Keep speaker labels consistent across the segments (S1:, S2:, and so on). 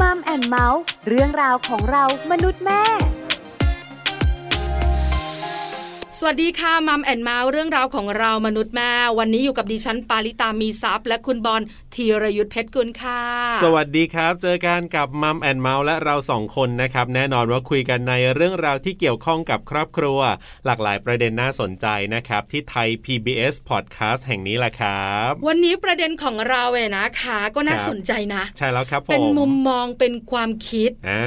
S1: มัมแอนเมาส์เรื่องราวของเรามนุษย์แม่
S2: สวัสดีค่ะมัมแอนเมาส์เรื่องราวของเรามนุษย์แม่วันนี้อยู่กับดิฉันปาริตามีซัพย์และคุณบอลธีรยุทธเพชรกุลค่ะ
S3: สวัสดีครับ เจอกันกับมัมแอนเมาส์และเราสองคนนะครับ แน่นอนว่าคุยกันในเรื่องราวที่เกี่ยวข้องกับครอบครัว หลากหลายประเด็นน่าสนใจนะครับ ที่ไทย PBS Podcast แห่งนี้แหละครับ
S2: วันนี้ประเด็นของเราเวยนะคะก็น่า
S3: ครับ
S2: สนใจนะ
S3: ใช่แล้วครับผม
S2: เป็นมุมมองเป็นความคิด
S3: อ่า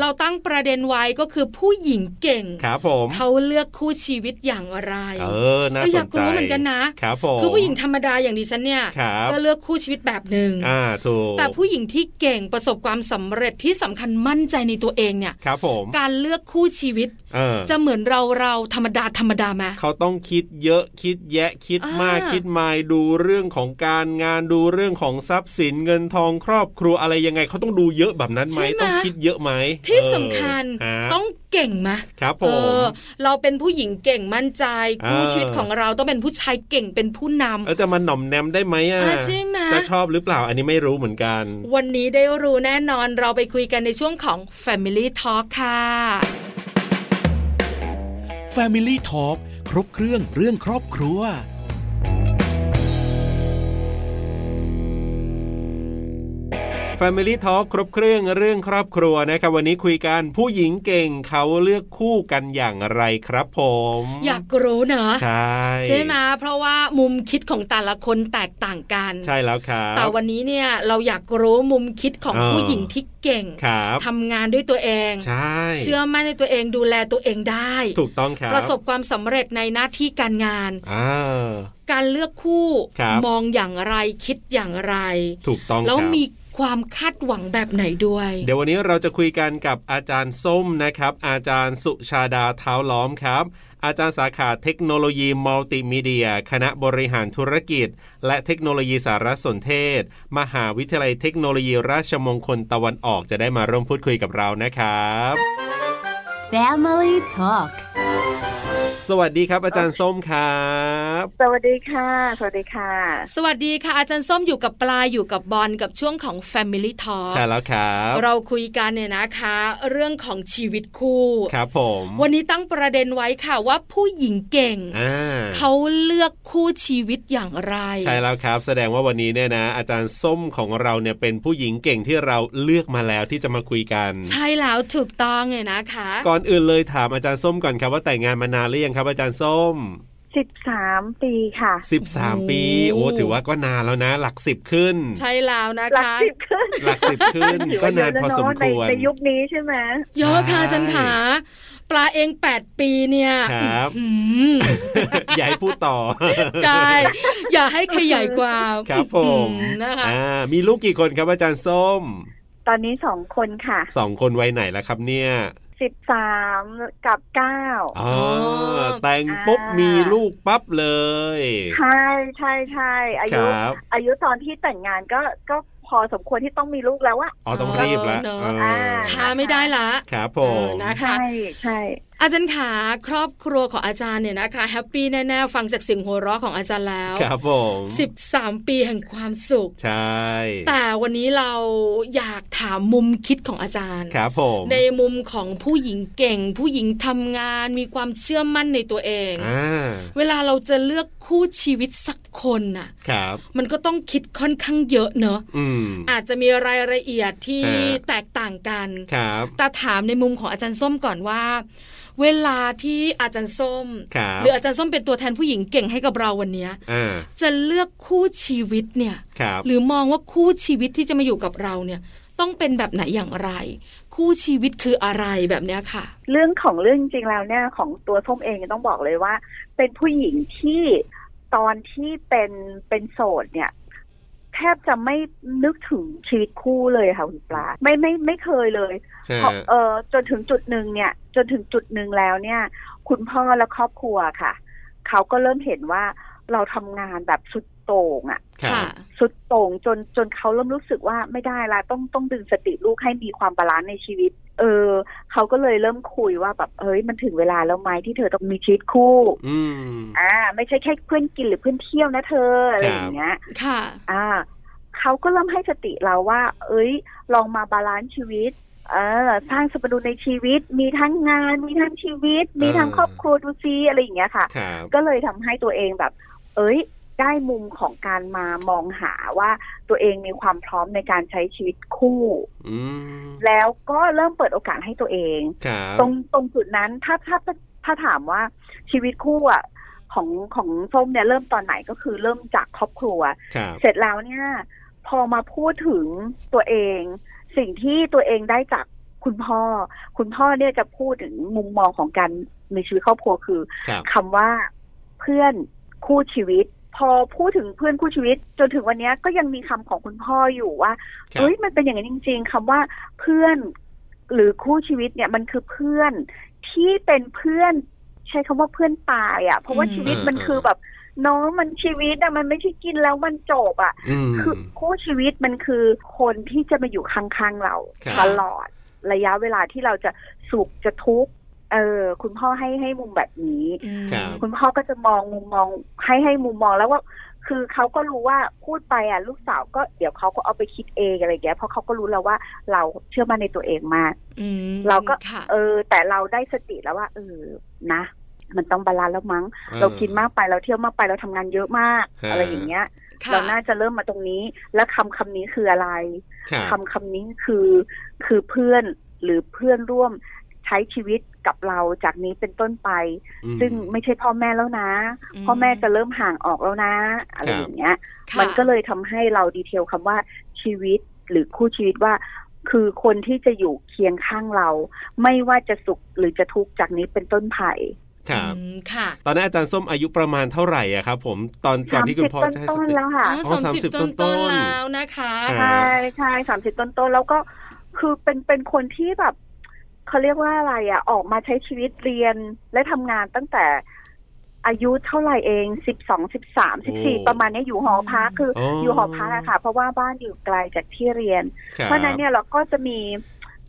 S2: เราตั้งประเด็นไว้ก็คือผู้หญิงเก่ง
S3: ครับผม
S2: เขาเลือกคู่ชีวิตอย่างไร
S3: เออน่า
S2: เออ
S3: ส
S2: อยาก
S3: นใจ
S2: รู้เหมือนกันนะ
S3: ครับผม
S2: คือผู้หญิงธรรมดาอย่างดิฉันเนี่ย
S3: ครับ
S2: ก็เลือกคู่ชีวิตแบบหนึ่ง
S3: อ่าถูก
S2: แต่ผู้หญิงที่เก่งประสบความสำเร็จที่สำคัญมั่นใจในตัวเองเนี่ย
S3: ครับผม
S2: การเลือกคู่ชีวิต
S3: เออ
S2: จะเหมือนเราเราธรรมดาธรรมดาไหม
S3: เขาต้องคิดเยอะคิดแยะคิดมาก
S2: อ่า
S3: คิดมายดูเรื่องของการงานดูเรื่องของทรัพย์สินเงินทองครอบครัวอะไรยังไงเขาต้องดูเยอะแบบนั้นไหมต้องคิดเยอะไหม
S2: ที่
S3: เออ
S2: สำคัญ
S3: ฮะ
S2: ต้องเก่งไหม
S3: ครับผ
S2: เอ
S3: ม
S2: อ เราเป็นผู้หญิงเก่งมั่นใจ คู่
S3: เออ
S2: ชีวิตของเราต้องเป็นผู้ชายเก่งเป็นผู้นำ
S3: เออจะมาหน่อมแนมได้ไหมอ่ะ
S2: อ่าใช่ไหม
S3: จะชอบหรือเปล่าอันนี้ไม่รู้เหมือนกัน
S2: วันนี้ได้รู้แน่นอนเราไปคุยกันในช่วงของ Family Talk ค่ะ
S4: Family Talk ครบเครื่องเรื่องครอบครัว
S3: Family Talk ครบเครื่องเรื่องครอบครัวนะครับวันนี้คุยกันผู้หญิงเก่งเขาเลือกคู่กันอย่างไรครับผม
S2: อยากรู้เนอะ
S3: ใช่
S2: ไหมเพราะว่ามุมคิดของแต่ละคนแตกต่างกัน
S3: ใช่แล้วครับ
S2: แต่วันนี้เนี่ยเราอยากรู้มุมคิดของ
S3: เออ
S2: ผู้หญิงที่เก่ง
S3: ครับ
S2: ทำงานด้วยตัวเอง
S3: ใช่
S2: เชื่อมั่นในตัวเองดูแลตัวเองได้
S3: ถูกต้องครับ
S2: ประสบความสำเร็จในหน้าที่การงาน
S3: อ่า
S2: การเลือกคู่
S3: ครับ
S2: มองอย่างไรคิดอย่างไร
S3: ถูกต้อง
S2: แล้ว
S3: ครับ
S2: มีความคาดหวังแบบไหนด้วย
S3: เดี๋ยววันนี้เราจะคุยกันกับอาจารย์ส้มนะครับ อาจารย์สุชาดาเท้าล้อมครับ อาจารย์สาขาเทคโนโลยีมัลติมีเดีย คณะบริหารธุรกิจ และเทคโนโลยีสารสนเทศ มหาวิทยาลัยเทคโนโลยีราชมงคลตะวันออกจะได้มาร่วมพูดคุยกับเรานะครับ
S1: Family Talk
S3: สวัสดีครับอาจารย์ส้มครับ
S5: สวัสดีค่ะ สวัสดีค่ะ
S2: สวัสดีค่ะ อาจารย์ส้มอยู่กับปลาอยู่กับบอลกับช่วงของ Family Talk
S3: ใช่แล้วครับ
S2: เราคุยกันเนี่ยนะคะ เรื่องของชีวิตคู่
S3: ครับผม
S2: วันนี้ตั้งประเด็นไว้ค่ะว่าผู้หญิงเก่ง
S3: อ่า
S2: เขาเลือกคู่ชีวิตอย่างไร
S3: ใช่แล้วครับ แสดงว่าวันนี้เนี่ยนะ อาจารย์ส้มของเราเนี่ยเป็นผู้หญิงเก่งที่เราเลือกมาแล้วที่จะมาคุยกัน
S2: ใช่แล้วถูกต้องเลยนะคะ
S3: ก่อนอื่นเลยถามอาจารย์ส้มก่อนครับว่าแต่งงานมานานหรือยังครับ อาจารย์ส้ม
S5: 13 ปีค่ะ
S3: 13 ปี
S2: โอ้
S3: โอ้
S2: โห
S3: ถือว่าก็นานแล้วนะ หลักสิบขึ้น
S2: ใช่แล้วนะ
S5: หลัก
S2: คะ
S5: สิบขึ้น
S3: หลักสิบขึ้น ก็นานพอสม
S5: ใน
S3: ควร
S5: ในยุคนี้ใช่ไหม
S2: เยอะค่ะ
S3: ใช่
S2: อาจันขาปลาเอง 8 ปีเนี่ย
S3: ครับ
S2: อื้อหือ
S3: อย่าให้พูดต่อ
S2: ใช่อย่าให้ขยายความ
S3: ครับผม
S2: อื้อหือนะคะ
S3: อ่ามีลูกกี่คนครับอาจารย์ส้ม
S5: ตอนนี้สองคนค่ะ
S3: สองคนวัยไหนแล้วครับเนี่ย
S5: 13 กับ 9
S3: อ๋อ
S2: อ
S3: แต่งปุ๊บมีลูกปั๊บเลย
S5: ใช่ใช่ใช่อา
S3: ค
S5: ยุ
S3: รับ
S5: อายุตอนที่แต่งงานก็ก็พอสมควรที่ต้องมีลูกแล้วอะ
S3: อ๋อต้องรีบละ
S2: เนอะ
S3: เออ
S2: ช้าไม่ได้ละ
S3: ครับผ
S2: เออ
S3: ม
S2: นะคะ
S5: ใช่ใช่
S2: อาจารย์ขาครอบครัวของอาจารย์เนี่ยนะคะแฮปปี้แน่ๆฟังจากเสียงหัวเราะของอาจารย์แล้ว
S3: ครับผม
S2: 13 ปีแห่งความสุข
S3: ใช่
S2: แต่วันนี้เราอยากถามมุมคิดของอาจารย์
S3: ครับผม
S2: ในมุมของผู้หญิงเก่ง ผู้หญิงทำงานมีความเชื่อมั่นในตัวเอง
S3: อ่า
S2: เวลาเราจะเลือกคู่ชีวิตสักคนน่ะ
S3: ครับ
S2: มันก็ต้องคิดค่อนข้างเยอะเนอะ
S3: อืม
S2: อาจจะมีรายละเอียดที่
S3: ฮะ
S2: แตกต่างกัน
S3: ครับ
S2: แต่ถามในมุมของอาจารย์ส้มก่อนว่า เวลาที่อาจารย์ส้ม
S3: ครับ
S2: หรืออาจารย์ส้มเป็นตัวแทนผู้หญิงเก่งให้กับเราวันเนี้ย
S3: อ่า
S2: จะเลือกคู่ชีวิตเนี่ย
S3: ครับ
S2: หรือมองว่าคู่ชีวิตที่จะมาอยู่กับเราเนี่ย ต้องเป็นแบบไหนอย่างไร คู่ชีวิตคืออะไรแบบเนี้ยค่ะ
S5: เรื่องของเรื่องจริงๆแล้วเนี่ยของตัวส้มเองต้องบอกเลยว่า เป็นผู้หญิงที่ตอนที่เป็นเป็นโสดเนี่ยแทบจะไม่นึกถึงชีวิตคู่เลยค่ะคุณปลาไม่ไม่ไม่เคยเลย
S3: ฮะ
S5: เพราะเออจนถึงจุดหนึ่งเนี่ย จนถึงจุดหนึ่งแล้วเนี่ย คุณพ่อและครอบครัวค่ะ เขาก็เริ่มเห็นว่าเราทำงานแบบสุดโต่งอะ
S3: ครับ
S5: สุดโต่งจนจนเขาเริ่มรู้สึกว่าไม่ได้ละต้องต้องดึงสติลูกให้มีความบาลานซ์ในชีวิต เออ เขาก็เลยเริ่มคุยว่าแบบเอ้ยมันถึงเวลาแล้วไหมที่เธอต้องมีชีวิตคู่
S3: อืม
S5: อ่า ไม่ใช่แค่เพื่อนกินหรือเพื่อนเที่ยวนะเธออะไรอย่างเงี้ย
S2: ค่ะ
S5: อ่า เขาก็เริ่มให้สติเราว่า เอ้ย ลองมาบาลานซ์ชีวิต เออ สร้างสมดุลในชีวิต มีทั้งงาน มีทั้งชีวิต มีทั้งครอบครัวดูซิอะไรอย่างเงี้ยค่ะ
S3: ครับ
S5: ก็เลยทำให้ตัวเองแบบ เอ้ย ได้มุมของการมามองหาว่าตัวเองมีความพร้อมในการใช้ชีวิตคู่
S3: อืม
S5: แล้วก็เริ่มเปิดโอกาสให้ตัวเอง
S3: ครับ
S5: ตรงตรงจุดนั้นถ้าถ้าถ้าถามว่าชีวิตคู่อ่ะของของส้มเนี่ยเริ่มตอนไหนก็คือเริ่มจากครอบครัว
S3: ครับ
S5: เสร็จแล้วเนี่ย พอมาพูดถึงตัวเอง สิ่งที่ตัวเองได้จากคุณพ่อ คุณพ่อเนี่ยจะพูดถึงมุมมองของการมีชีวิตครอบครัวคือ
S3: ครับ
S5: คำว่าเพื่อนคู่ชีวิต พอพูดถึงเพื่อนคู่ชีวิต จนถึงวันเนี้ยก็ยังมีคำของคุณพ่ออยู่ว่า
S3: ครับ
S5: เฮ้ยมันเป็นอย่างนั้นจริง ๆคำว่าเพื่อนหรือคู่ชีวิตเนี่ยมันคือเพื่อนที่เป็นเพื่อนใช้คำว่าเพื่อนตายอะ่ะ เพราะว่า
S2: อืม
S5: ชีวิตมันคือแบบเน้องมันชีวิตอะมันไม่ใช่กินแล้วมันจบอะ
S3: อืม
S5: คือคู่ชีวิตมันคือคนที่จะมาอยู่ข้างๆเรา
S3: ครับ
S5: ตลอดระยะเวลาที่เราจะสุขจะทุกข์เออ คุณพ่อให้ให้มุมแบบนี้
S2: อืม
S3: ครับ
S5: คุณพ่อก็จะมองมุมมองให้ให้มุมมองแล้วว่า คือเขาก็รู้ว่าพูดไปอ่ะลูกสาวก็เดี๋ยวเขาก็เอาไปคิดเองอะไรอย่างเงี้ยเพราะเขาก็รู้แล้วว่าเราเชื่อมั่นในตัวเองมาก
S2: อืม
S5: เราก็
S2: ค่ะ
S5: เออ แต่เราได้สติแล้วว่าเออนะ มันต้องบาลานซ์แล้วมั้ง เรากินมากไปเราเที่ยวมากไปเราทำงานเยอะมาก
S3: ฮะ
S5: อะไรอย่างเงี้ย
S2: ค่ะ
S5: เราน่าจะเริ่มมาตรงนี้ แล้วคำคำนี้คืออะไร
S3: ครับ
S5: คำคำนี้คือคือเพื่อนหรือเพื่อนร่วมใช้ชีวิตกับเราจากนี้เป็นต้นไป
S3: อืม
S5: ซึ่งไม่ใช่พ่อแม่แล้วนะ พ่อแม่จะเริ่มห่างออกแล้วนะ อะไร
S3: ครับ
S5: อย่างเงี้ย
S2: ค่ะ
S5: มันก็เลยทำให้เราดีเทลคำว่าชีวิตหรือคู่ชีวิตว่า คือคนที่จะอยู่เคียงข้างเรา ไม่ว่าจะสุขหรือจะทุกข์จากนี้เป็นต้นไป
S3: ครับ
S2: อืมค่ะ
S3: ตอนนั้นอาจารย์ส้มอายุประมาณเท่าไหร่อะครับผมตอนก่อนที่คุณพ่อจะให้ส
S5: ต้น
S3: ติ
S5: ๆแล้วค่ะ
S2: อ๋อ
S3: อ๋
S2: สา
S3: อ
S2: มสิบ
S3: 30
S2: ต้น
S3: ต้
S2: ต้
S3: น
S2: น
S3: ๆ
S2: แล้วนะคะ
S3: อ่า
S5: ใช่ใช่สามสิบต้นต้นๆแล้วก็คือเป็นเป็นคนที่แบบเขาเรียกว่าอะไรอะออกมาใช้ชีวิตเรียนและทำงานตั้งแต่อายุเท่าไหร่เองสิบสองสิบสามสิบสี่ประมาณเนี้ยอยู่หอพักคืออ
S3: ออ
S5: ยู่หอพักอะค่ะ เพราะว่าบ้านอยู่ไกลจากที่เรียน
S3: คบ
S5: เพราะฉะนั้นเนี่ยเราก็จะมี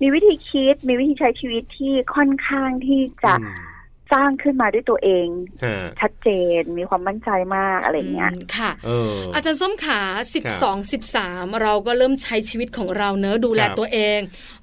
S5: มีวิธีคิด มีวิธีใช้ชีวิตที่ค่อนข้างที่จะ
S3: อืม
S5: สร้างขึ้นมาด้วยตัวเอง
S3: ฮะ
S5: ชัดเจนมีความมั่นใจมากอะไรอย่างเงี้ย
S2: มค่ะ
S3: เอออ
S2: อาจารย์ส้มขา 12 13 เราก็เริ่มใช้ชีวิตของเราเนอะดูแล
S3: ครับ
S2: ตัวเอง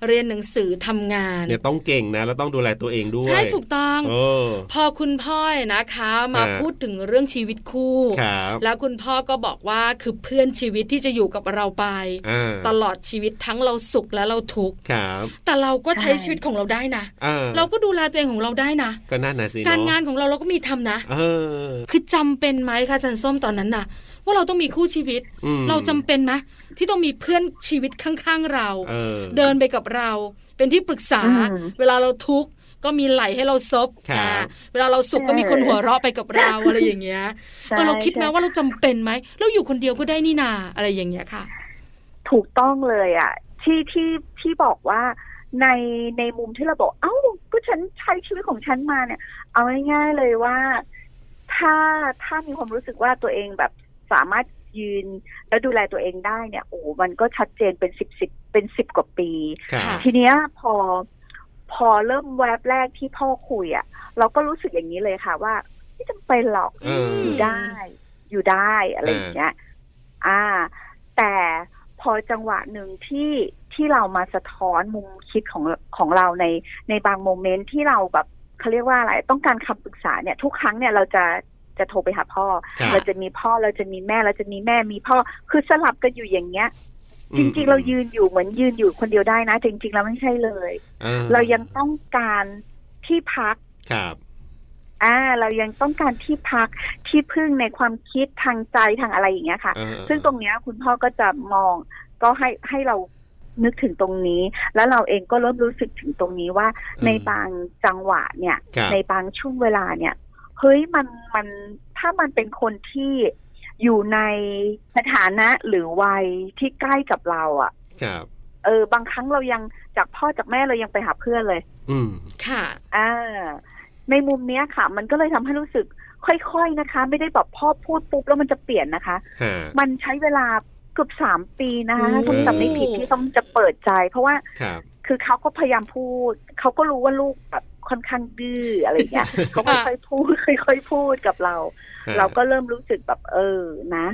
S2: เรียนหนังสือทำงาน
S3: เนี่ยต้องเก่งนะ แล้วต้องดูแลตัวเองด้วย
S2: ใช่ถูกต้อง
S3: เออ
S2: พอคุณพ่อนะคะมา
S3: ฮะ
S2: พูดถึงเรื่องชีวิตคู่
S3: ครับ
S2: แล้วคุณพ่อก็บอกว่าคือเพื่อนชีวิตที่จะอยู่กับเราไป
S3: อ่า
S2: ตลอดชีวิตทั้งเราสุขและเราทุกข์
S3: ครับ
S2: แต่เราก็ใช้
S5: ใช่
S2: ชีวิตของเราได้นะ
S3: อ่า
S2: เราก็ดูแลตัวเองของเราได้นะ
S3: ก็น่าหนาสิ
S2: การ
S3: เะ
S2: งานของเราเราก็มีทำนะ
S3: เออ
S2: คือจำเป็นไหมคะอาจันส้มตอนนั้นน่ะ ว่าเราต้องมีคู่ชีวิต
S3: อืม
S2: เราจำเป็นไหมที่ต้องมีเพื่อนชีวิตข้างๆเรา
S3: เออ
S2: เดินไปกับเรา เป็นที่ปรึกษา
S5: อืม
S2: เวลาเราทุกข์ก็มีไหลให้เราซบ
S3: ครับ
S2: อ่าเวลาเราสุขก็มีคนหัวเราะไปกับเราอะไรอย่างเงี้ย
S5: ใช่
S2: เออเราคิดไหม
S5: ใช่
S2: ว่าเราจำเป็นไหมเราอยู่คนเดียวก็ได้นี่นาอะไรอย่างเงี้ยค่ะ
S5: ถูกต้องเลยอ่ะ ที่ที่ที่บอกว่าในในมุมที่เราบอก เอ้าก็ฉันใช้ชีวิตของฉันมาเนี่ย เอาง่ายๆเลยว่า ถ้าถ้ามีความรู้สึกว่าตัวเองแบบสามารถยืนแล้วดูแลตัวเองได้เนี่ย โอ้โหมันก็ชัดเจนเป็นสิบสิบเป็นสิบกว่าปี
S3: ครับ
S5: ทีเนี้ยพอพอเริ่มแวบแรกที่พ่อคุยอะ่ะ เราก็รู้สึกอย่างนี้เลยค่ะว่า ไม่จำเป็นหรอก
S3: เอออ
S5: ยู่ได้ อยู่ได้อะไรอย่างเงี้ย อ่า แต่พอจังหวะหนึ่งที่ที่เรามาสะท้อนมุมคิดของของเราในในบางโมเมนต์ที่เราแบบเขาเรียกว่าอะไรต้องการคำปรึกษาเนี่ย ทุกครั้งเนี่ยเราจะจะโทรไปหาพ่อ
S3: ครับ
S5: เราจะมีพ่อเราจะมีแม่เราจะมีแม่มีพ่อคือสลับกันอยู่อย่างเงี้ย จริงๆ เรายืนอยู่เหมือนยืนอยู่คนเดียวได้นะ จริง ๆ แล้วไม่ใช่เลย
S3: อ่
S5: เรายังต้องการที่พัก
S3: ครับ
S5: อ่าเรายังต้องการที่พักที่พึ่งในความคิดทางใจทางอะไรอย่างเงี้ยค่ะ
S3: เออ
S5: ซึ่งตรงเนี้ยคุณพ่อก็จะมองก็ให้ให้เรานึกถึงตรงนี้ แล้วเราเองก็เริ่มรู้สึกถึงตรงนี้ว่า
S3: เออ
S5: ในบางจังหวะเนี่ย
S3: ครับ
S5: ในบางช่วงเวลาเนี่ยเฮ้ยมันมันถ้ามันเป็นคนที่อยู่ในสถานะหรือวัยที่ใกล้กับเราอะ
S3: ครับ
S5: เออบางครั้งเรายังจากพ่อจากแม่เรายังไปหาเพื่อนเลย
S3: อืม
S2: ค่ะ
S5: อ่า ในมุมเนี้ยค่ะ มันก็เลยทำให้รู้สึกค่อยๆนะคะ ไม่ได้แบบพ่อพูดปุ๊บแล้วมันจะเปลี่ยนนะคะ
S3: ฮะ
S5: มันใช้เวลาเกือบสามปีนะคะ
S2: อืม
S5: ถ้าจำไม่ผิดที่ต้องจะเปิดใจ เพราะว่า
S3: ครับ
S5: คือเขาก็พยายามพูด เขาก็รู้ว่าลูกแบบค่อนข้างดื้ออะไรอย่างเงี้ยเขาค่อยๆพูดค่อยๆพูดกับเรา
S3: ฮะ
S5: เราก็เริ่มรู้สึกแบบเออนะ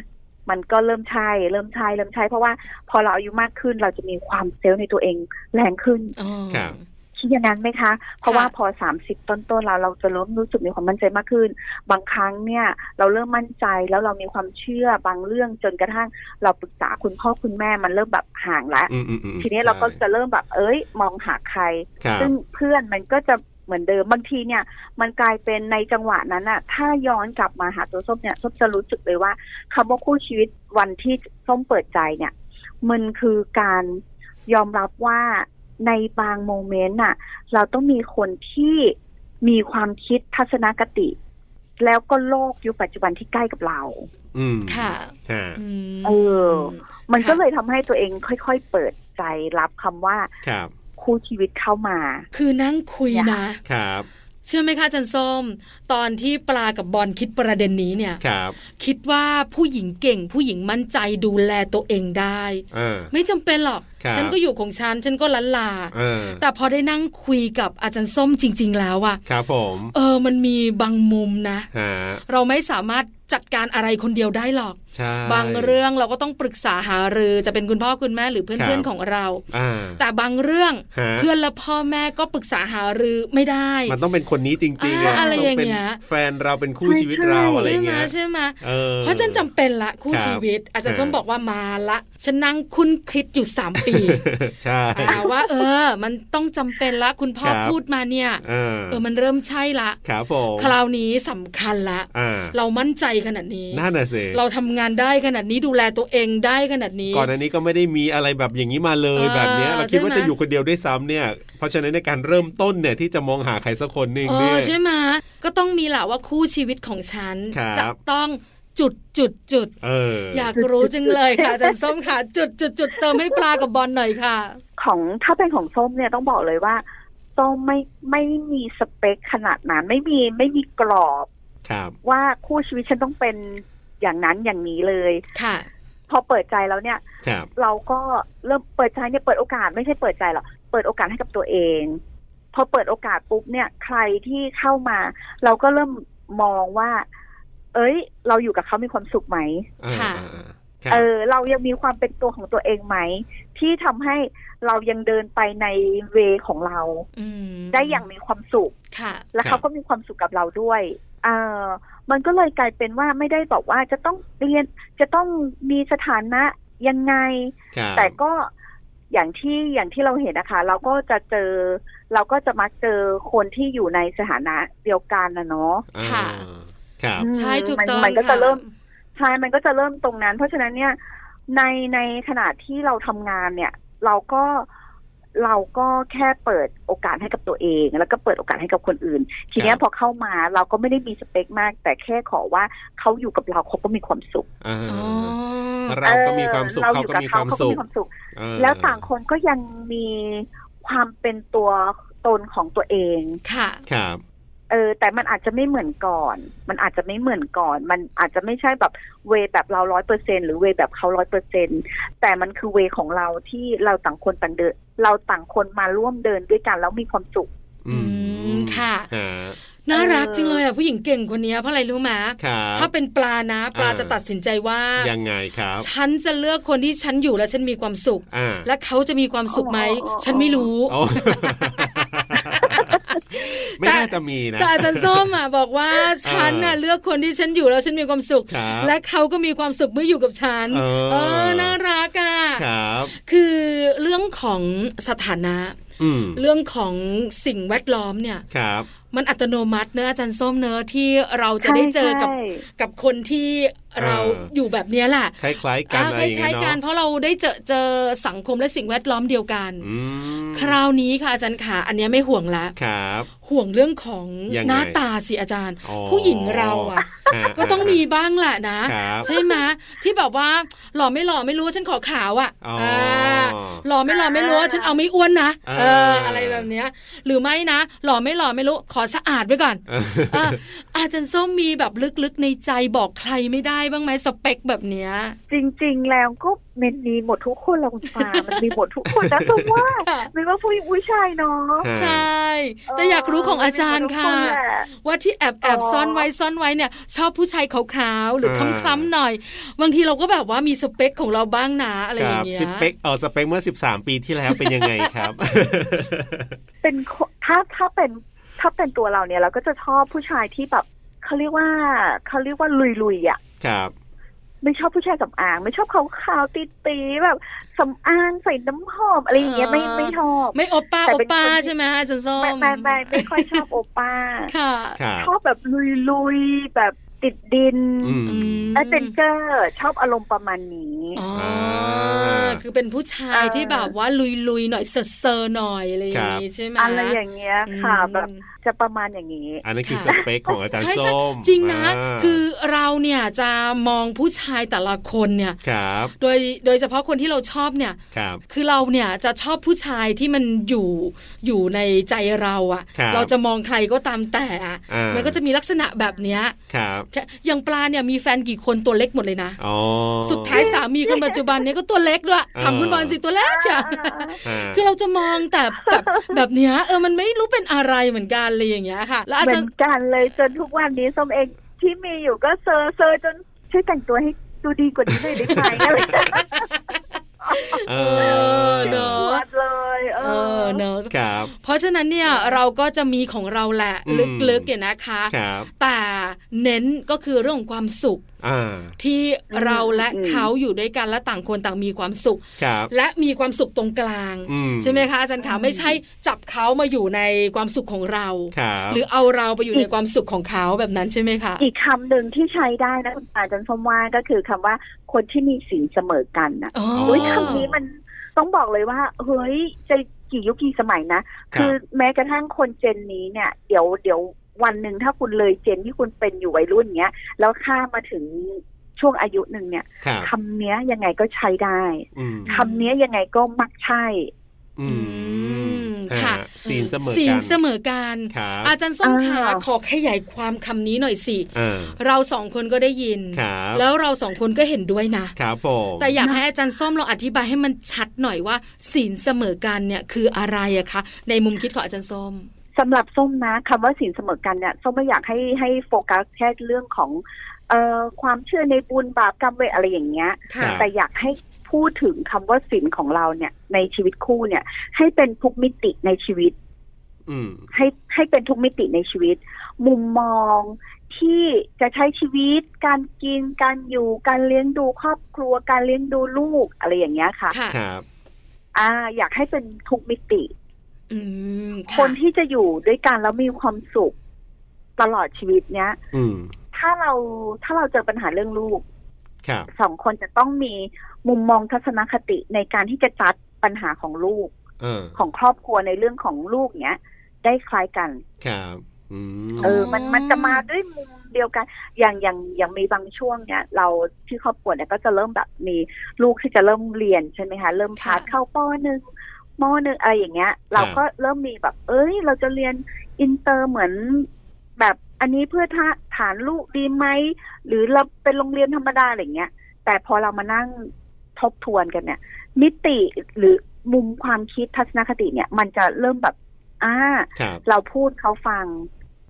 S5: มันก็เริ่มใช่เริ่มใช่เริ่มใช่เพราะว่าพอเราอายุมากขึ้นเราจะมีความเซลล์ในตัวเองแรงขึ้น
S2: อ๋อ
S3: ครับ
S5: คิดอย่างนั้นไหมคะ เพราะ
S2: ค่ะ
S5: ว่าพอสามสิบต้นๆเราเราจะเริ่มรู้สึกมีความมั่นใจมากขึ้น บางครั้งเนี่ย เราเริ่มมั่นใจแล้วเรามีความเชื่อบางเรื่องจนกระทั่งเราปรึกษาคุณพ่อคุณแม่มันเริ่มแบบห่างแล้ว
S3: อืมอืมอืม
S5: ทีนี้เราก็
S3: ใช่
S5: จะเริ่มแบบเอ้ย มองหาใคร
S3: ครับ
S5: ซึ่งเพื่อนมันก็จะเหมือนเดิมบางทีเนี่ย มันกลายเป็นในจังหวะนั้นอะถ้าย้อนกลับมาหาตัวส้มเนี่ยส้มจะรู้สึกเลยว่าคำว่าคู่ชีวิตวันที่ส้มเปิดใจเนี่ย มันคือการยอมรับว่าในบางโมเมนต์อะเราต้องมีคนที่มีความคิดทัศนคติ แล้วก็โลกยุคปัจจุบันที่ใกล้กับเรา
S3: อืม
S2: ค่ะ
S3: ฮะ
S2: ม
S5: เออ มันก็
S2: ค่ะ
S5: เลยทำให้ตัวเองค่อย ๆ เปิดใจรับคำว่า
S3: ครับ
S5: คู่ชีวิตเข้ามา
S2: คือนั่งคุยนะ
S3: ครับ
S2: เชื่อไหมคะอาจันส้ม ตอนที่ปลากับบอลคิดประเด็นนี้เนี่ย
S3: ครับ
S2: คิดว่าผู้หญิงเก่ง ผู้หญิงมั่นใจดูแลตัวเองได้
S3: เออ
S2: ไม่จำเป็นหรอก
S3: ครับ
S2: ฉันก็อยู่ของฉัน ฉันก็ลันลา
S3: เออ
S2: แต่พอได้นั่งคุยกับอาจารย์ส้มจริง ๆ แล้วอะ
S3: ครับผม
S2: เออ มันมีบางมุมนะ
S3: ฮะ
S2: เราไม่สามารถจัดการอะไรคนเดียวได้หรอก
S3: ใช่
S2: บางเรื่องเราก็ต้องปรึกษาหารือจะเป็นคุณพ่อคุณแม่หรือเพื่อนๆของเรา
S3: อ่า
S2: แต่บางเรื่อง
S3: ฮะ
S2: เพื่อนและพ่อแม่ก็ปรึกษาหารือไม่ได้
S3: มันต้องเป็นคนนี้จริงๆ
S2: อ่าอะไร
S3: ต้
S2: อย่าง
S3: เป็น
S2: เงี้ย
S3: แฟนเราเป็นคู่ชีวิตเราอะไร
S2: ใช่ไหม
S3: เงี้ย
S2: ใช่ไหม
S3: เออ
S2: เพราะฉันจำเป็นละคู่
S3: ครับ
S2: ชีวิต อาจารย์ส้ม
S3: ฮะ
S2: บอกว่ามาละฉันนั่งคุ้นคิดอยู่สามปี
S3: ใช่
S2: อ่าว่า เออ มันต้องจำเป็นละคุณพ่อ
S3: ครับ
S2: พูดมาเนี่ย
S3: เออ
S2: เออมันเริ่มใช่ละ
S3: ครับผม
S2: คราวนี้สำคัญละ
S3: อ่า
S2: เรามั่นใจขนาดนี้
S3: น่าหน่ะสิ
S2: เราทำงานได้ขนาดนี้ดูแลตัวเองได้ขนาดนี้
S3: ก่อนอันนี้ก็ไม่ได้มีอะไรแบบอย่างนี้มาเลย
S2: เออ
S3: แบบเนี้ยเราคิดว่า
S2: ใช่ไหม
S3: จะอยู่คนเดียวด้วยซ้ำเนี่ย เพราะฉะนั้นในการเริ่มต้นเนี่ยที่จะมองหาใครสักคนหนึ่ง
S2: เอ
S3: เนี่ย
S2: อใช่ไหมก็ต้องมีแหละว่าคู่ชีวิตของฉัน
S3: ครับ
S2: จะต้องจุดจุดจุด
S3: เออ
S2: อยากรู้จังเลยค่ะอาจันส้มค่ะ จุดจุดจุดเติมให้ปลากับบอลหน่อยค่ะ
S5: ของถ้าเป็นของส้มเนี่ยต้องบอกเลยว่าส้มไม่ไม่มีสเปคขนาดนั้นไม่มีไม่มีกรอบ
S3: ครับ
S5: ว่าคู่ชีวิตฉันต้องเป็นอย่างนั้นอย่างนี้เลย
S2: ค่ะ
S5: พอเปิดใจแล้วเนี่ย
S3: ครับ
S5: เราก็เริ่มเปิดใจเนี่ยเปิดโอกาสไม่ใช่เปิดใจหรอกเปิดโอกาสให้กับตัวเอง พอเปิดโอกาสปุ๊บเนี่ย ใครที่เข้ามา เราก็เริ่มมองว่า เอ้ย เราอยู่กับเขามีความสุขไหม
S3: เออ
S2: ค่ะ
S3: เออครับ
S5: เออเรายังมีความเป็นตัวของตัวเองไหม ที่ทำให้เรายังเดินไปในเวของเรา
S2: อืม
S5: ได้อย่างมีความสุข
S2: ค่ะ
S5: และเขาก็มีความสุขกับเราด้วยเออมันก็เลยกลายเป็นว่าไม่ได้บอกว่าจะต้องเรียนจะต้องมีสถานะยังไง
S3: ครับ
S5: แต่ก็อย่างที่อย่างที่เราเห็นนะคะ เราก็จะเจอ เราก็จะมักเจอคนที่อยู่ในสถานะเดียวกันนะเนาะ
S3: อ่า
S2: ค่ะ
S3: ครับ
S5: อืม
S2: ใช่ถูก
S5: มัน
S2: ต้อง
S5: มันก็
S2: ค่
S5: จะเริ่ม ใช่ มันก็จะเริ่มตรงนั้น เพราะฉะนั้นเนี่ย ในในขณะที่เราทำงานเนี่ย เราก็เราก็แค่เปิดโอกาสให้กับตัวเอง แล้วก็เปิดโอกาสให้กับคนอื่น ทีเนี้
S3: ค
S5: ย
S3: รับ
S5: พอเข้ามาเราก็ไม่ได้มีสเปคมาก แต่แค่ขอว่าเขาอยู่กับเราเขาก็มีความสุข
S3: อ่า
S2: อ๋อ
S3: เราก็มีความสุข
S5: ออ
S3: เขา
S5: อยู่
S3: ก็
S5: กับ
S3: มีค
S5: เขา
S3: วาม
S5: เขาก็
S3: สุ
S5: มี
S3: ข
S5: ความสุข
S3: เออ
S5: แล้วต่างคนก็ยังมีความเป็นตัวตนของตัวเอง
S2: ค่ะ
S3: ครับ
S5: เออแต่มันอาจจะไม่เหมือนก่อน มันอาจจะไม่เหมือนก่อน มันอาจจะไม่ใช่แบบเวแบบเราร้อยเปอร์เซ็นหรือเวแบบเขาร้อยเปอร์เซ็นแต่มันคือเวของเราที่เราต่างคนต่างเดิน เราต่างคนมาร่วมเดินด้วยกันแล้วมีความสุข
S3: อืม
S2: อืมค่ะ
S3: ฮะ
S2: น่ารัก
S5: เออ
S2: จริงเลยอ่ะผู้หญิงเก่งคนเนี้ยเพราะอะไรรู้ไหม
S3: ครับ
S2: ถ้าเป็นปลานะ ปลา
S3: อ่า
S2: จะตัดสินใจว่า
S3: ยังไงครับ
S2: ฉันจะเลือกคนที่ฉันอยู่แล้วฉันมีความสุข
S3: อ่า
S2: และเขาจะมีความสุขไหม
S5: อ๋อ
S2: ฉันไม่รู้
S3: โอ้ ไม่น่าจะมีนะ
S2: แต่อาจารย์ส้มอ่ะบอกว่า ฉันน่ะเลือกคนที่ฉันอยู่แล้วฉันมีความสุข
S3: ครับ
S2: และเขาก็มีความสุขเมื่ออยู่กับฉัน
S3: เออ
S2: อน่ารักอ่ะ
S3: ครับ
S2: คือเรื่องของสถานะ
S3: อืม
S2: เรื่องของสิ่งแวดล้อมเนี่ย
S3: ครับ
S2: มันอัตโนมัติเนอะอาจารย์ส้มเนอะที่เราจะ
S5: ใช่
S2: ได้เจอกับ
S5: ใช่
S2: กับคนที่เรา
S3: เออ
S2: อ
S3: อ
S2: ยู่แบบเนี้ยแหละ
S3: คล้าย ๆ กัน
S2: อ่า
S3: อะ
S2: ค
S3: ไรอย่าง
S2: ล้า
S3: เงี้
S2: ย
S3: ย
S2: ๆกัน
S3: เนาะ
S2: เพราะเราได้เจอเจอสังคมและสิ่งแวดล้อมเดียวกัน
S3: อืม
S2: คราวนี้ค่ะอาจารย์ขาอันเนี้ยไม่ห่วงละ
S3: ครับ
S2: ห่วงเรื่องของ
S3: ยังไง
S2: หน้าตาสิอาจารย์
S3: อ๋อ
S2: ผู้หญิงเราอ่ะ
S3: ฮะ
S2: ก็ต้องมีบ้างแหละนะ
S3: ครับ
S2: ใช่ไหมที่แบบว่าหล่อไม่หล่อไม่รู้ฉันขอขาวอ่ะ
S3: อ๋ออ่
S2: าหล่อไม่หล่อไม่รู้ฉันเอาไม่อ้วนนะ
S3: อ่า
S2: เอออะไรแบบเนี้ย หรือไม่นะ หล่อไม่หล่อไม่รู้ขอ อสะอาดไว้ก่อนเอออาจารย์ส้มมีแบบลึกๆในใจบอกใครไม่ได้บ้างไหมสเปคแบบเนี้ย
S5: จริง ๆ แล้วก็มันมีหมดทุกคนลงมามันมีหมดทุกคนนะตัว ว่า
S2: ค่ะ
S5: ไม่ว่าผู้หญิงผู้ชายเนาะ
S2: ใช่ แต่อยากรู้ของอาจารย์ค่ะ
S5: มันมีหมดทุกนแหล
S2: ว่าที่แอบแอบซ่อนไว้ซ่อนไว้เนี่ย ชอบผู้ชายขาวๆหรือ
S3: อ่า
S2: คล้ำๆหน่อย บางทีเราก็แบบว่ามีสเปคของเราบ้างนะอะไร
S3: ค
S2: อ
S3: รั
S2: ย่าง
S3: บ
S2: เงี้ย
S3: สเปคเออสเปคเมื่อ 13 ปีที่แล้วเป็นยังไงครับ
S5: เป็นคนถ้าถ้าเป็นถ้าเป็นตัวเราเนี่ย เราก็จะชอบผู้ชายที่แบบเขาเรียกว่าเขาเรียกว่าลุยๆอ่ะ
S3: ครับ
S5: ไม่ชอบผู้ชายสำอาง ไม่ชอบขาวขาวๆตีตีๆแบบสำอางใส่น้ำหอมอะไรอย่างเงี้ยไม่
S2: อ่า
S5: ไม่ชอบ
S2: ไม่โอปป้าโอปป้าใช่ไหมอาจารย์ส้ม
S5: ไม่ไม่ไม่ไม่ค่อยชอบโอป้า
S2: ค่ะ
S3: ครับ
S5: ชอบแบบลุยๆแบบติดดิน
S3: อืม
S2: อืม
S5: แอดเวนเจอร์ชอบอารมณ์ประมาณนี้
S2: อ๋อ
S3: อ
S2: คือเป็นผู้ชายที่แบบว่าลุยๆหน่อยเซ่อร์ๆหน่อยอะไรอย่างงี้ใช่ไหม
S5: อะไรอย่างเงี้ยค่ะ
S2: อืม
S5: แบบจะประมาณอย่างนี้
S3: อันนั้นคือ
S2: ค่ะ
S3: สเปคของอาจารย์
S2: ใช่
S3: ส้
S2: ใช่
S3: ม
S2: จริงนะ
S3: า
S2: คือเราเนี่ยจะมองผู้ชายแต่ละคนเนี่ย
S3: ครับ
S2: โดยโดยเฉพาะคนที่เราชอบเนี่ย
S3: ครับ
S2: คือเราเนี่ยจะชอบผู้ชายที่มันอยู่อยู่ในใจเราอะ
S3: ครับ
S2: เราจะมองใครก็ตามแต่อะ
S3: อ่ามั
S2: มันก็จะมีลักษณะแบบเนี้ย
S3: ครับ
S2: แค่อย่างปลาเนี่ยมีแฟนกี่คนตัวเล็กหมดเลยนะ
S3: อ๋อ
S2: สุดท้ายสามีคนปัจจุบันเนี่ยก็ตัวเล็กด้วย
S3: อ่า
S2: ทำคุณบอลสิตัวเล็ก จ้ะ
S3: อ่า
S2: คือเราจะมองแต่แบบแบบเนี้ยเออมันไม่รู้เป็นอะไรเหมือนกันเลยอย่างเงี้ยค่ะแล้วอาจ
S5: เหมื
S2: จะ
S5: อนกันเลยจนทุกวันนี้ส้มเองที่มีอยู่ก็เซอร์เซอร์จนช่วยแต่งตัวให้ดูดีกว่านี้หน่อยได้ไหมอะไรอย่างเงี้ย
S3: เอ
S2: อเนอะ
S5: วัดเลยเอ
S2: เอ
S5: อ
S2: อเนอะ
S3: ครับ
S2: เพราะฉะนั้นเนี่ยเราก็จะมีของเราแหละ
S3: อืม
S2: ลึกๆเนี่ยนะคะ
S3: ครับ
S2: แต่เน้นก็คือเรื่องของความสุข
S3: อ่า
S2: ที่เราและเขาอยู่ด้วยกันและต่างคนต่างมีความสุข
S3: ครับ
S2: และมีความสุขตรงกลาง
S3: อืม
S2: ใช่ไหมคะอาจารย์ขาไม่ใช่จับเขามาอยู่ในความสุขของเรา
S3: ครับ
S2: หรือเอาเราไปอยู่ในความสุขของเขาแบบนั้นใช่ไหมคะ
S5: อีกคำหนึ่งที่ใช้ได้นะคุณอาจารย์ส้มว่าก็คือคำว่าคนที่มีสีลเสมอกันนะ
S2: อ๋อ
S5: โอ้ยคำนี้มันต้องบอกเลยว่า เฮ้ยจะกี่ยุคกี่สมัยนะ คือแม้กระทั่งคนเจนนี้เนี่ย เดี๋ยวเดี๋ยววันหนึ่งถ้าคุณเลยเจนที่คุณเป็นอยู่วัยรุ่นเนี้ยแล้วข้ามมาถึงช่วงอายุหนึ่งเนี่ย
S3: ครับ
S5: คำเนี้ยยังไงก็ใช้ได้
S3: อืม
S5: คำเนี้ยยังไงก็มักใช่
S3: อื
S2: อื
S3: ม
S2: มค่ะ
S3: ฮสีนเสมอ
S2: สี
S3: กัน น
S2: เสมอกัน
S3: ครับ
S2: อาจารย์ส้มขา
S5: อ่า
S2: ขอขยายความคำนี้หน่อยสิ
S3: อ่า
S2: เราสองคนก็ได้ยิน
S3: ครับ
S2: แล้วเราสองคนก็เห็นด้วยนะ
S3: ครับผม
S2: แต่อยากให้อาจารย์ส้มลองอธิบายให้มันชัดหน่อยว่าศีลเสมอกันเนี่ยคืออะไรอะคะ ในมุมคิดของอาจารย์ส้ม
S5: สำหรับส้มนะคำว่าสินเสมอกันเนี่ยส้มไม่อยากให้ให้โฟกัสแค่เรื่องของเอ่อความเชื่อในบุญบาปกรรมเวรอะไรอย่างเงี้ย
S3: ครั
S5: แต่
S3: บ
S5: อยากให้พูดถึงคำว่าสินของเราเนี่ยในชีวิตคู่เนี่ย ให้เป็นทุกมิติในชีวิต
S3: อืม
S5: ให้ให้เป็นทุกมิติในชีวิต มุมมองที่จะใช้ชีวิต การกินการอยู่การเลี้ยงดูครอบครัวการเลี้ยงดูลูกอะไรอย่างเงี้ยค่ะ
S2: ค่ะ
S3: ครับ
S5: อ่า อยากให้เป็นทุกมิติ
S2: อืม
S5: ค
S2: ค่ะ
S5: นที่จะอยู่ด้วยกันแล้วมีความสุขตลอดชีวิตเนี้ย
S3: อืม
S5: ถ้าเราถ้าเราเจอปัญหาเรื่องลูก
S3: ครับ
S5: สองคนจะต้องมีมุมมองทัศนคติในการที่จะจัดปัญหาของลูก
S3: เออ
S5: ของครอบครัวในเรื่องของลูกเนี้ย ได้คล้ายกัน
S3: ครับอืม
S5: เออ มันมันจะมาด้วยมุมเดียวกัน อย่างอย่างอย่างมีบางช่วงเนี้ยเราที่ครอบครัวเนี่ยก็จะเริ่มแบบมีลูกที่จะเริ่มเรียนใช่ไหมคะเริ่มพาร์ทเข้าปหนึ่งมหนึ่งอะไรอย่างเงี้ย เราก็เริ่มมีแบบ เอ้ย เราจะเรียนอินเตอร์เหมือนแบบอันนี้เพื่อท่าฐานลูกดีไหมหรือเราเป็นโรงเรียนธรรมดาอะไรอย่างเงี้ย แต่พอเรามานั่งทบทวนกันเนี่ย มิติหรือมุมความคิดทัศนคติเนี่ย มันจะเริ่มแบบอ่า
S3: ครับ
S5: เราพูดเขาฟัง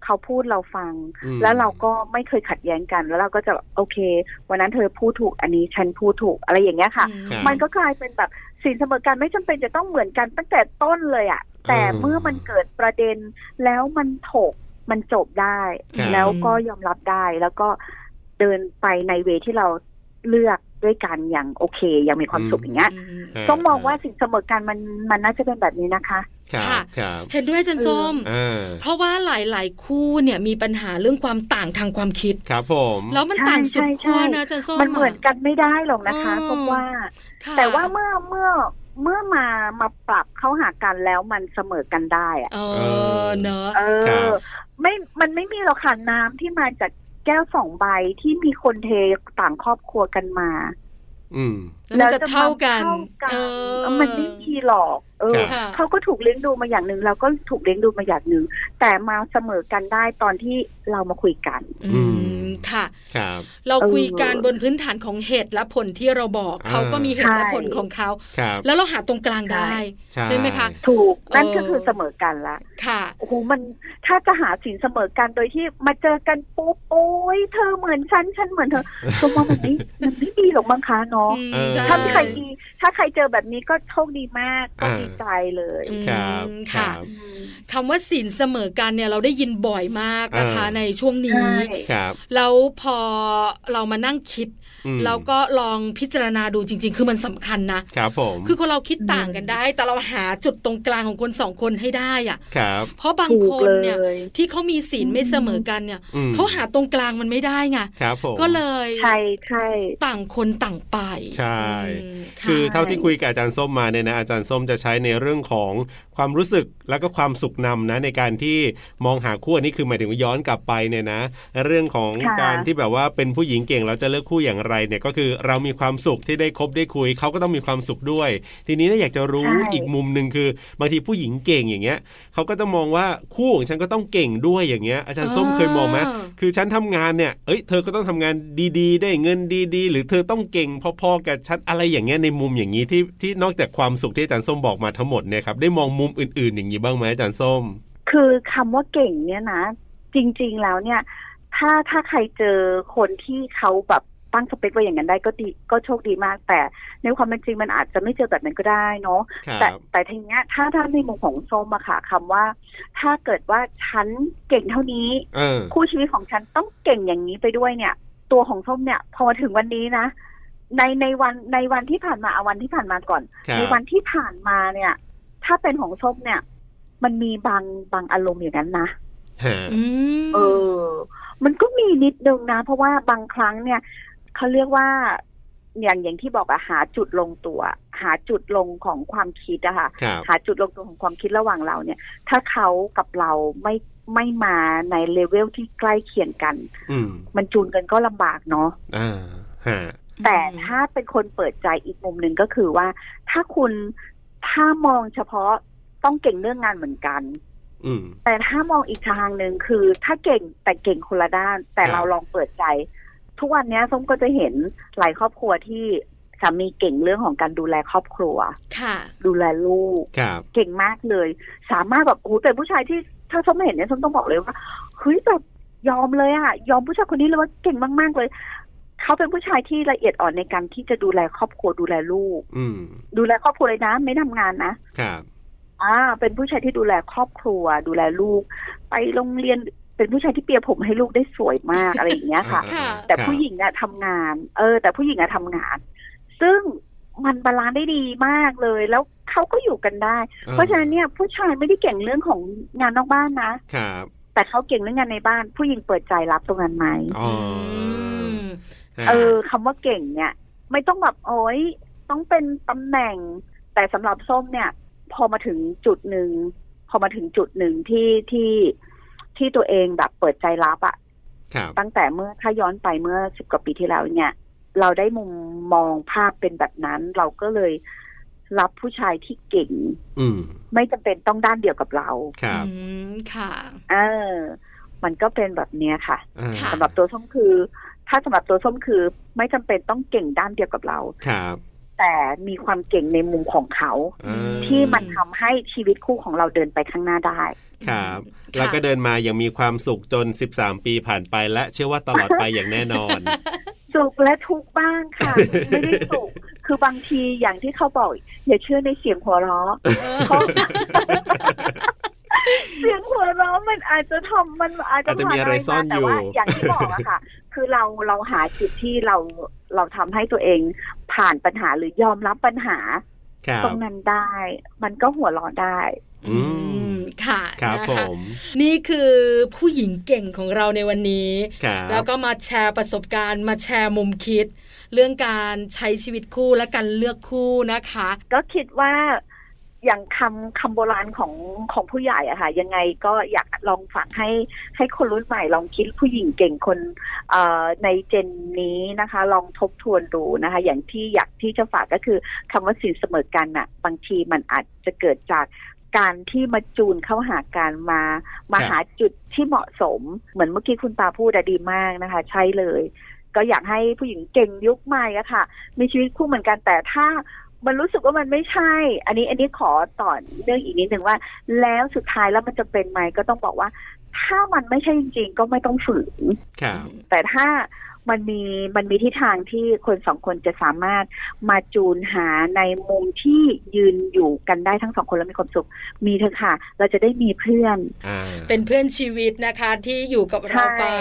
S5: เขาพูดเราฟัง
S3: อืม
S5: แล้วเราก็ไม่เคยขัดแย้งกัน แล้วเราก็จะโอเค วันนั้นเธอพูดถูกอันนี้ฉันพูดถูกอะไรอย่างเงี้ยค่ะ
S2: อืม
S3: ครับ
S5: มันก็กลายเป็นแบบสินเสมอกันไม่จำเป็นจะต้องเหมือนกันตั้งแต่ต้นเลยอะแต่เมื่อมันเกิดประเด็นแล้วมันถกมันจบได้
S3: ครับ
S5: แล้วก็ยอมรับได้แล้วก็เดินไปในเวที่เราเลือกด้วยกันอย่างโอเคอย่างมีความสุขอย่างเงี้ย
S2: อืม
S3: ฮะ
S5: ต้องมองว่าสินเสมอกันมันมันน่าจะเป็นแบบนี้นะคะ
S3: ครับครับ
S2: เห็นด้วยอาจารย์ส้ม
S3: อ่า
S2: เพราะว่าหลาย ๆ คู่เนี่ยมีปัญหาเรื่องความต่างทางความคิด
S3: ครับผม
S2: แล้วมัน
S5: ใช่
S2: ต่างสุด
S5: ใช่
S2: ขั้ว
S5: ใช่
S2: นะอาจารย์ส้ม
S5: มันเหมือนะ กันไม่ได้หรอกนะคะ
S2: อืม
S5: เพราะว่า
S2: ค่ะ
S5: แต่ว่าเมื่อเมื่อเมื่อมามาปรับเข้าหากันแล้วมันเสมอกันได้อะ
S2: เอ
S3: เอ
S2: อ
S3: อ
S2: เนอะ
S5: เอ
S3: ครั
S5: อบ ไม่มันไม่มีหรอกค่ะน้ำที่มาจากแก้วสองใบที่มีคนเทต่างครอบครัวกันมา
S3: อืม
S2: แล้วมันจะเท่ากัน
S5: แล้วจะมาเท่ากัน
S2: เออ
S5: มันไม่มีหรอก เออ
S3: ค่ะ
S5: เขาก็ถูกเลี้ยงดูมาอย่างหนึ่งเราก็ถูกเลี้ยงดูมาอย่างหนึ่งแต่มาเสมอกันได้ตอนที่เรามาคุยกัน
S2: อืมค่ะ
S3: ครับ
S2: เราคุยกัน
S5: เออบ
S2: นพื้นฐานของเหตุและผลที่เราบอก
S3: อ่า
S2: เขาก็มีเหตุและ
S5: ใช่
S2: ผลของเขา
S3: ครับ
S2: แล้วเราหาตรงกลางได้
S3: ใช่
S2: ใช่ไหมคะ
S5: ถูกนั่น
S2: เออ
S5: ก็คือเสมอกันละ
S2: ค่ะ
S5: โอ้โหมันถ้าจะหาสินเสมอกันโดยที่มาเจอกันปุ๊บโอ้ยเธอเหมือนฉันฉันเหมือนเธอตรงว่ามันไม่มันไม่ดีหรอกมั้งคะเนาะ
S2: อืม
S3: เออ
S2: ได้
S5: ถ้าใครดี ถ้าใครเจอแบบนี้ก็โชคดีมากก็
S3: อ่า
S5: ดีใจเลย
S2: อืม
S3: ครับ
S2: ค่ะ
S3: รับ
S5: อืม
S2: คำว่าศีลเสมอกันเนี่ยเราได้ยินบ่อยมากนะคะ
S3: เออ
S2: ในช่วงนี้
S5: ใช่
S3: ครับ
S2: แล้วพอเรามานั่งคิด
S3: อืม
S2: เราก็ลองพิจารณาดูจริง ๆ คือมันสำคัญนะ
S3: ครับผม
S2: คือคนเราคิดต่างกันได้ แต่เราหาจุดตรงกลางของคนสองคนให้ได้อะ
S3: ครับ
S2: เพราะบาง
S5: ถู
S2: ค
S5: ก
S2: น
S5: เล
S2: เนี่ย
S5: ย
S2: ที่เขามีศีลไม่เสมอกันเนี่ย
S3: อืม
S2: เขาหาตรงกลางมันไม่ได้ไง
S3: ครับผม
S2: ก็เลย
S5: ใช่ใช่
S2: ต่างคนต่างไป
S3: ใช่
S2: อืมะ
S3: คือเท่าที่คุยกับอาจารย์ส้มมาเนี่ยนะอาจารย์ส้มจะใช้ในเรื่องของความรู้สึกแล้วก็ความสุขนำนะในการที่มองหาคู่อันนี้คือหมายถึงว่าย้อนกลับไปเนี่ยนะ เรื่องของ
S5: ค่ะ
S3: การที่แบบว่าเป็นผู้หญิงเก่งเราจะเลือกคู่อย่างไรเนี่ยก็คือเรามีความสุขที่ได้คบได้คุยเขาก็ต้องมีความสุขด้วย ทีนี้เนี่ยอยากจะรู้อีกมุมหนึ่งคือบางทีผู้หญิงเก่งอย่างเงี้ยเขาก็จะมองว่าคู่ของฉันก็ต้องเก่งด้วยอย่างเงี้ยอาจารย์ส้มเคยมองไหม
S2: อ่า
S3: คือฉันทำงานเนี่ย เอ้ย เธอก็ต้องทำงานดีๆ ได้เงินดีๆ หรือเธอต้องเก่งพอๆกับฉันอะไรอย่างเงี้ยในมุมอย่างนี้ที่ที่นอกจากความสุขที่อาจารย์ส้มบอกมาทั้งหมดเนี่ยครับได้มองมุมอื่นๆ อย่างนี้บ้างไหมอาจารย์ส้ม
S5: คือคำว่าเก่งเนี่ยนะ จริง ๆแล้วเนี่ย ถ้าถ้าใครเจอคนที่เขาแบบตั้งสเปคไว้อย่างนั้นได้ก็ดีก็โชคดีมาก แต่ในความเป็นจริงมันอาจจะไม่เจอแบบนั้นก็ได้เนาะ
S3: ครั
S5: แต่
S3: บ
S5: แต่ทีเนี้ยถ้าถ้าในมุมของส้มอะค่ะคำว่า ถ้าเกิดว่าฉันเก่งเท่านี้
S3: เออ
S5: คู่ชีวิตของฉันต้องเก่งอย่างนี้ไปด้วยเนี่ย ตัวของส้มเนี่ย พอมาถึงวันนี้นะ ในในวันในวันที่ผ่านมาเอาวันที่ผ่านมาก่อน
S3: ครับ
S5: ในวันที่ผ่านมาเนี่ย ถ้าเป็นของส้มเนี่ย มันมีบางบางอารมณ์อย่างนั้นนะ
S3: ฮะ
S2: อืม
S5: เออ มันก็มีนิดนึงนะ เพราะว่าบางครั้งเนี่ยเขาเรียกว่าอย่างอย่างที่บอกอะหาจุดลงตัว หาจุดลงของความคิดอะค่ะ
S3: ครับ
S5: หาจุดลงตัวของความคิดระหว่างเราเนี่ย ถ้าเขากับเราไม่ไม่มาในเลเวลที่ใกล้เคียงกัน
S3: อืม
S5: มันจูนกันก็ลำบากเนาะ
S3: อ่าฮะ
S5: แต่ถ้าเป็นคนเปิดใจอีกมุมหนึ่งก็คือว่า ถ้าคุณถ้ามองเฉพาะต้องเก่งเรื่องงานเหมือนกัน
S3: อืม
S5: แต่ถ้ามองอีกทางหนึ่งคือ ถ้าเก่งแต่เก่งคนละด้าน แต่
S3: ครับ
S5: เราลองเปิดใจ ทุกวันเนี้ยส้มก็จะเห็นหลายครอบครัวที่สามีเก่งเรื่องของการดูแลครอบครัว
S2: ค่ะ
S5: ดูแลลูก
S3: ครับ
S5: เก่งมากเลย สามารถแบบโอ้โหเป็นผู้ชายที่ถ้าส้มเห็นเนี่ยส้มต้องบอกเลยว่าเฮ้ยแบบยอมเลยอะยอมผู้ชายคนนี้เลยว่าเก่งมากๆเลย เขาเป็นผู้ชายที่ละเอียดอ่อนในการที่จะดูแลครอบครัวดูแลลูก
S3: อืม
S5: ดูแลครอบครัวเลยนะไม่ทำงานนะครับ อ่า เป็นผู้ชายที่ดูแลครอบครัว ดูแลลูก ไปโรงเรียนเป็นผู้ชายที่เปียร์ผมให้ลูกได้สวยมากอะไรอย่างเงี้ยค่ะ
S2: ค่ะ
S5: แต่ผู้หญิงอะทำงาน เออ แต่ผู้หญิงอะทำงาน ซึ่งมันบาลานซ์ได้ดีมากเลย แล้วเขาก็อยู่กันได้ เพราะฉะนั้นเนี่ยผู้ชายไม่ได้เก่งเรื่องของงานนอกบ้านนะ
S3: ครับ
S5: แต่เขาเก่งเรื่องงานในบ้าน ผู้หญิงเปิดใจรับตรงนั้นไหม
S3: อ๋อ
S2: ม
S3: ฮะ
S5: เออคำว่าเก่งเนี่ย ไม่ต้องแบบโอ้ยต้องเป็นตำแหน่ง แต่สำหรับส้มเนี่ย พอมาถึงจุดหนึ่งพอมาถึงจุดหนึ่งที่ที่ที่ตัวเองแบบเปิดใจรับอะ
S3: ครับ
S5: ตั้งแต่เมื่อถ้าย้อนไปเมื่อสิบกว่าปีที่แล้วเนี่ย เราได้มุมมองภาพเป็นแบบนั้น เราก็เลยรับผู้ชายที่เก่ง
S3: อืม
S5: ไม่จำเป็นต้องด้านเดียวกับเรา
S3: ครับ
S2: อืมค่ะ
S5: เออ มันก็เป็นแบบเนี้ยค่ะ
S3: อ่า
S2: ค่ะ
S5: สำหรับตัวส้มคือ ถ้าสำหรับตัวส้มคือ ไม่จำเป็นต้องเก่งด้านเดียวกับเรา
S3: ครับ
S5: แต่มีความเก่งในมุมของเขา
S3: อ่า
S5: ที่มันทำให้ชีวิตคู่ของเราเดินไปข้างหน้าได้
S3: ครับ
S2: ค่ะ
S3: แล้วก็เดินมาอย่างมีความสุขจน 13 ปีผ่านไปและเชื่อว่าตลอดไปอย่างแน่นอน
S5: สุขและทุกข์บ้างค่ะ ไม่ได้สุขคือบางทีอย่างที่เขาบอกอย่าเชื่อในเสียงหัวเราะ
S2: เออ
S5: เพราะ เสียงหัวเราะมันอาจจะทำมันอาจจะ
S3: อาจจะมีอะไรซ่อนอยู่
S5: ผ่าะไรมาแต่ว่าอย่างที่บอกอะค่ะ คือเราเราหาจุดที่เราเราทำให้ตัวเองผ่านปัญหาหรือยอมรับปัญหา
S3: ครั
S5: ตร
S3: บ
S5: งนั้นได้ มันก็หัวเราะได้
S2: อืมค่ะ
S3: ครับ
S2: นะะ
S3: ผม
S2: นี่คือผู้หญิงเก่งของเราในวันนี้
S3: ครับ
S2: แล้วก็มาแชร์ประสบการณ์มาแชร์มุมคิด เรื่องการใช้ชีวิตคู่และการเลือกคู่นะคะ
S5: ก็คิดว่า อย่างคำคำโบราณของของผู้ใหญ่อะค่ะ ยังไงก็อยากลองฝากให้ให้คนรุ่นใหม่ลองคิดผู้หญิงเก่งคนเอ่อในเจนนี้นะคะ ลองทบทวนดูนะคะ อย่างที่อยากที่จะฝากก็คือคำว่าสินเสมอกันอะบางทีมันอาจจะเกิดจากการที่มาจูนเข้าหาการมามา
S3: ครับ
S5: หาจุดที่เหมาะสม เหมือนเมื่อกี้คุณปาพูดอะดีมากนะคะ ใช่เลย ก็อยากให้ผู้หญิงเก่งยุคใหม่อะค่ะ มีชีวิตคู่เหมือนกันแต่ถ้า มันรู้สึกว่ามันไม่ใช่ อันนี้อันนี้ขอต่อเรื่องอีกนิดหนึ่งว่า แล้วสุดท้ายแล้วมันจะเป็นไหมก็ต้องบอกว่า ถ้ามันไม่ใช่จริงๆ ก็ไม่ต้องฝืน
S3: ครับ
S5: แต่ถ้ามันมีมันมีทิศทางที่คนสองคนจะสามารถมาจูนหาในมุมที่ยืนอยู่กันได้ทั้งสองคนแล้วมีความสุข มีเถอะค่ะ เราจะได้มีเพื่อน
S3: อ่า
S2: เป็นเพื่อนชีวิตนะคะที่อยู่กับเราไป
S5: ใช่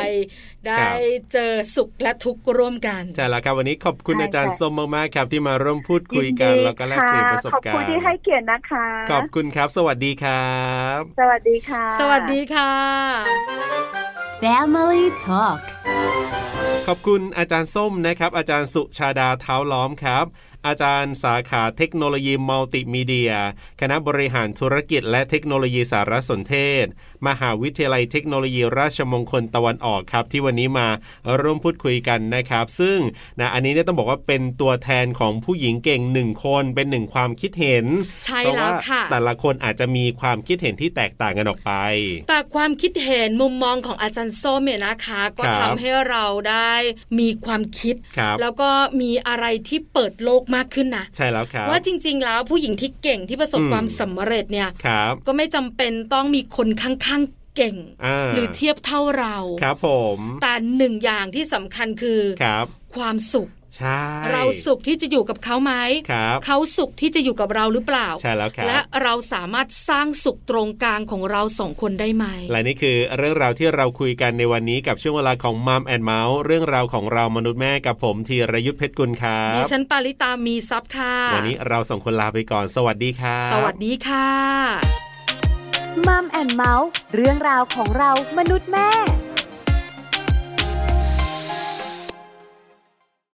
S2: ได้
S3: ครับ
S2: เจอสุขและทุกข์ร่วมกัน
S3: ใช่แล้วครับวันนี้ขอบคุณ
S5: ใช่
S3: อาจารย์
S5: ค่ะ
S3: ส้มมากๆครับ ที่มาร่วมพูดคุยกัน
S5: ดี
S3: แล้วก็แลกเปลี่ยน
S5: ค่
S3: ประสบ
S5: ขอบ
S3: การณ์
S5: คุณที่ให้เกียรตินะคะ
S3: ขอบคุณครับ สวัสดีครับ
S5: สวัสดีค่ะ
S2: สวัสดีค่ะ
S1: Family Talk
S3: ขอบคุณอาจารย์ส้มนะครับ อาจารย์สุชาดาเท้าล้อมครับ อาจารย์สาขาเทคโนโลยีมัลติมีเดีย คณะบริหารธุรกิจและเทคโนโลยีสารสนเทศ มหาวิทยาลัยเทคโนโลยีราชมงคลตะวันออกครับ ที่วันนี้มาร่วมพูดคุยกันนะครับ ซึ่งนะอันนี้เนี่ยต้องบอกว่าเป็นตัวแทนของผู้หญิงเก่งหนึ่งคนเป็นหนึ่งความคิดเห็น
S2: ใช่
S3: แต่
S2: แล้
S3: ว่าว
S2: ค่ะ
S3: แต่ละคนอาจจะมีความคิดเห็นที่แตกต่างกันออกไป
S2: แต่ความคิดเห็นมุมมองของอาจารย์ส้มเนี่ยนะคะ ก็
S3: ครั
S2: ทำ
S3: บ
S2: ให้เราได้มีความคิด
S3: ครับ
S2: แล้วก็มีอะไรที่เปิดโลกมากขึ้นนะ
S3: ใช่แล้วครับ
S2: ว่าจริง ๆ แล้วผู้หญิงที่เก่งที่ประสบ
S3: อืม
S2: ความสำเร็จเนี่ย
S3: ครับ
S2: ก็ไม่จำเป็นต้องมีคนข้างๆเก่ง
S3: อ่า
S2: หรือเทียบเท่าเรา
S3: ครับผม
S2: แต่หนึ่งอย่างที่สำคัญคือ
S3: ครับ
S2: ความสุข
S3: ใช่
S2: เราสุขที่จะอยู่กับเขาไหม
S3: ครับ
S2: เขาสุขที่จะอยู่กับเราหรือเปล่า
S3: ใช่แล้วครับ
S2: และเราสามารถสร้างสุขตรงกลางของเราสองคนได้ไหม
S3: และนี่คือเรื่องราวที่เราคุยกันในวันนี้กับช่วงเวลาของมัมแอนเมาส์เรื่องราวของเรามนุษย์แม่กับผมธีรยุทธเพชรกุลครั
S2: ดิ
S3: บ
S2: ฉันปาริตามีซับค่ะ
S3: วันนี้เราส่งคนลาไปก่อน สวัสดีครับ
S2: สวัสดีค่ะ
S1: มัมแอนเมาส์เรื่องราวของเรามนุษย์แม่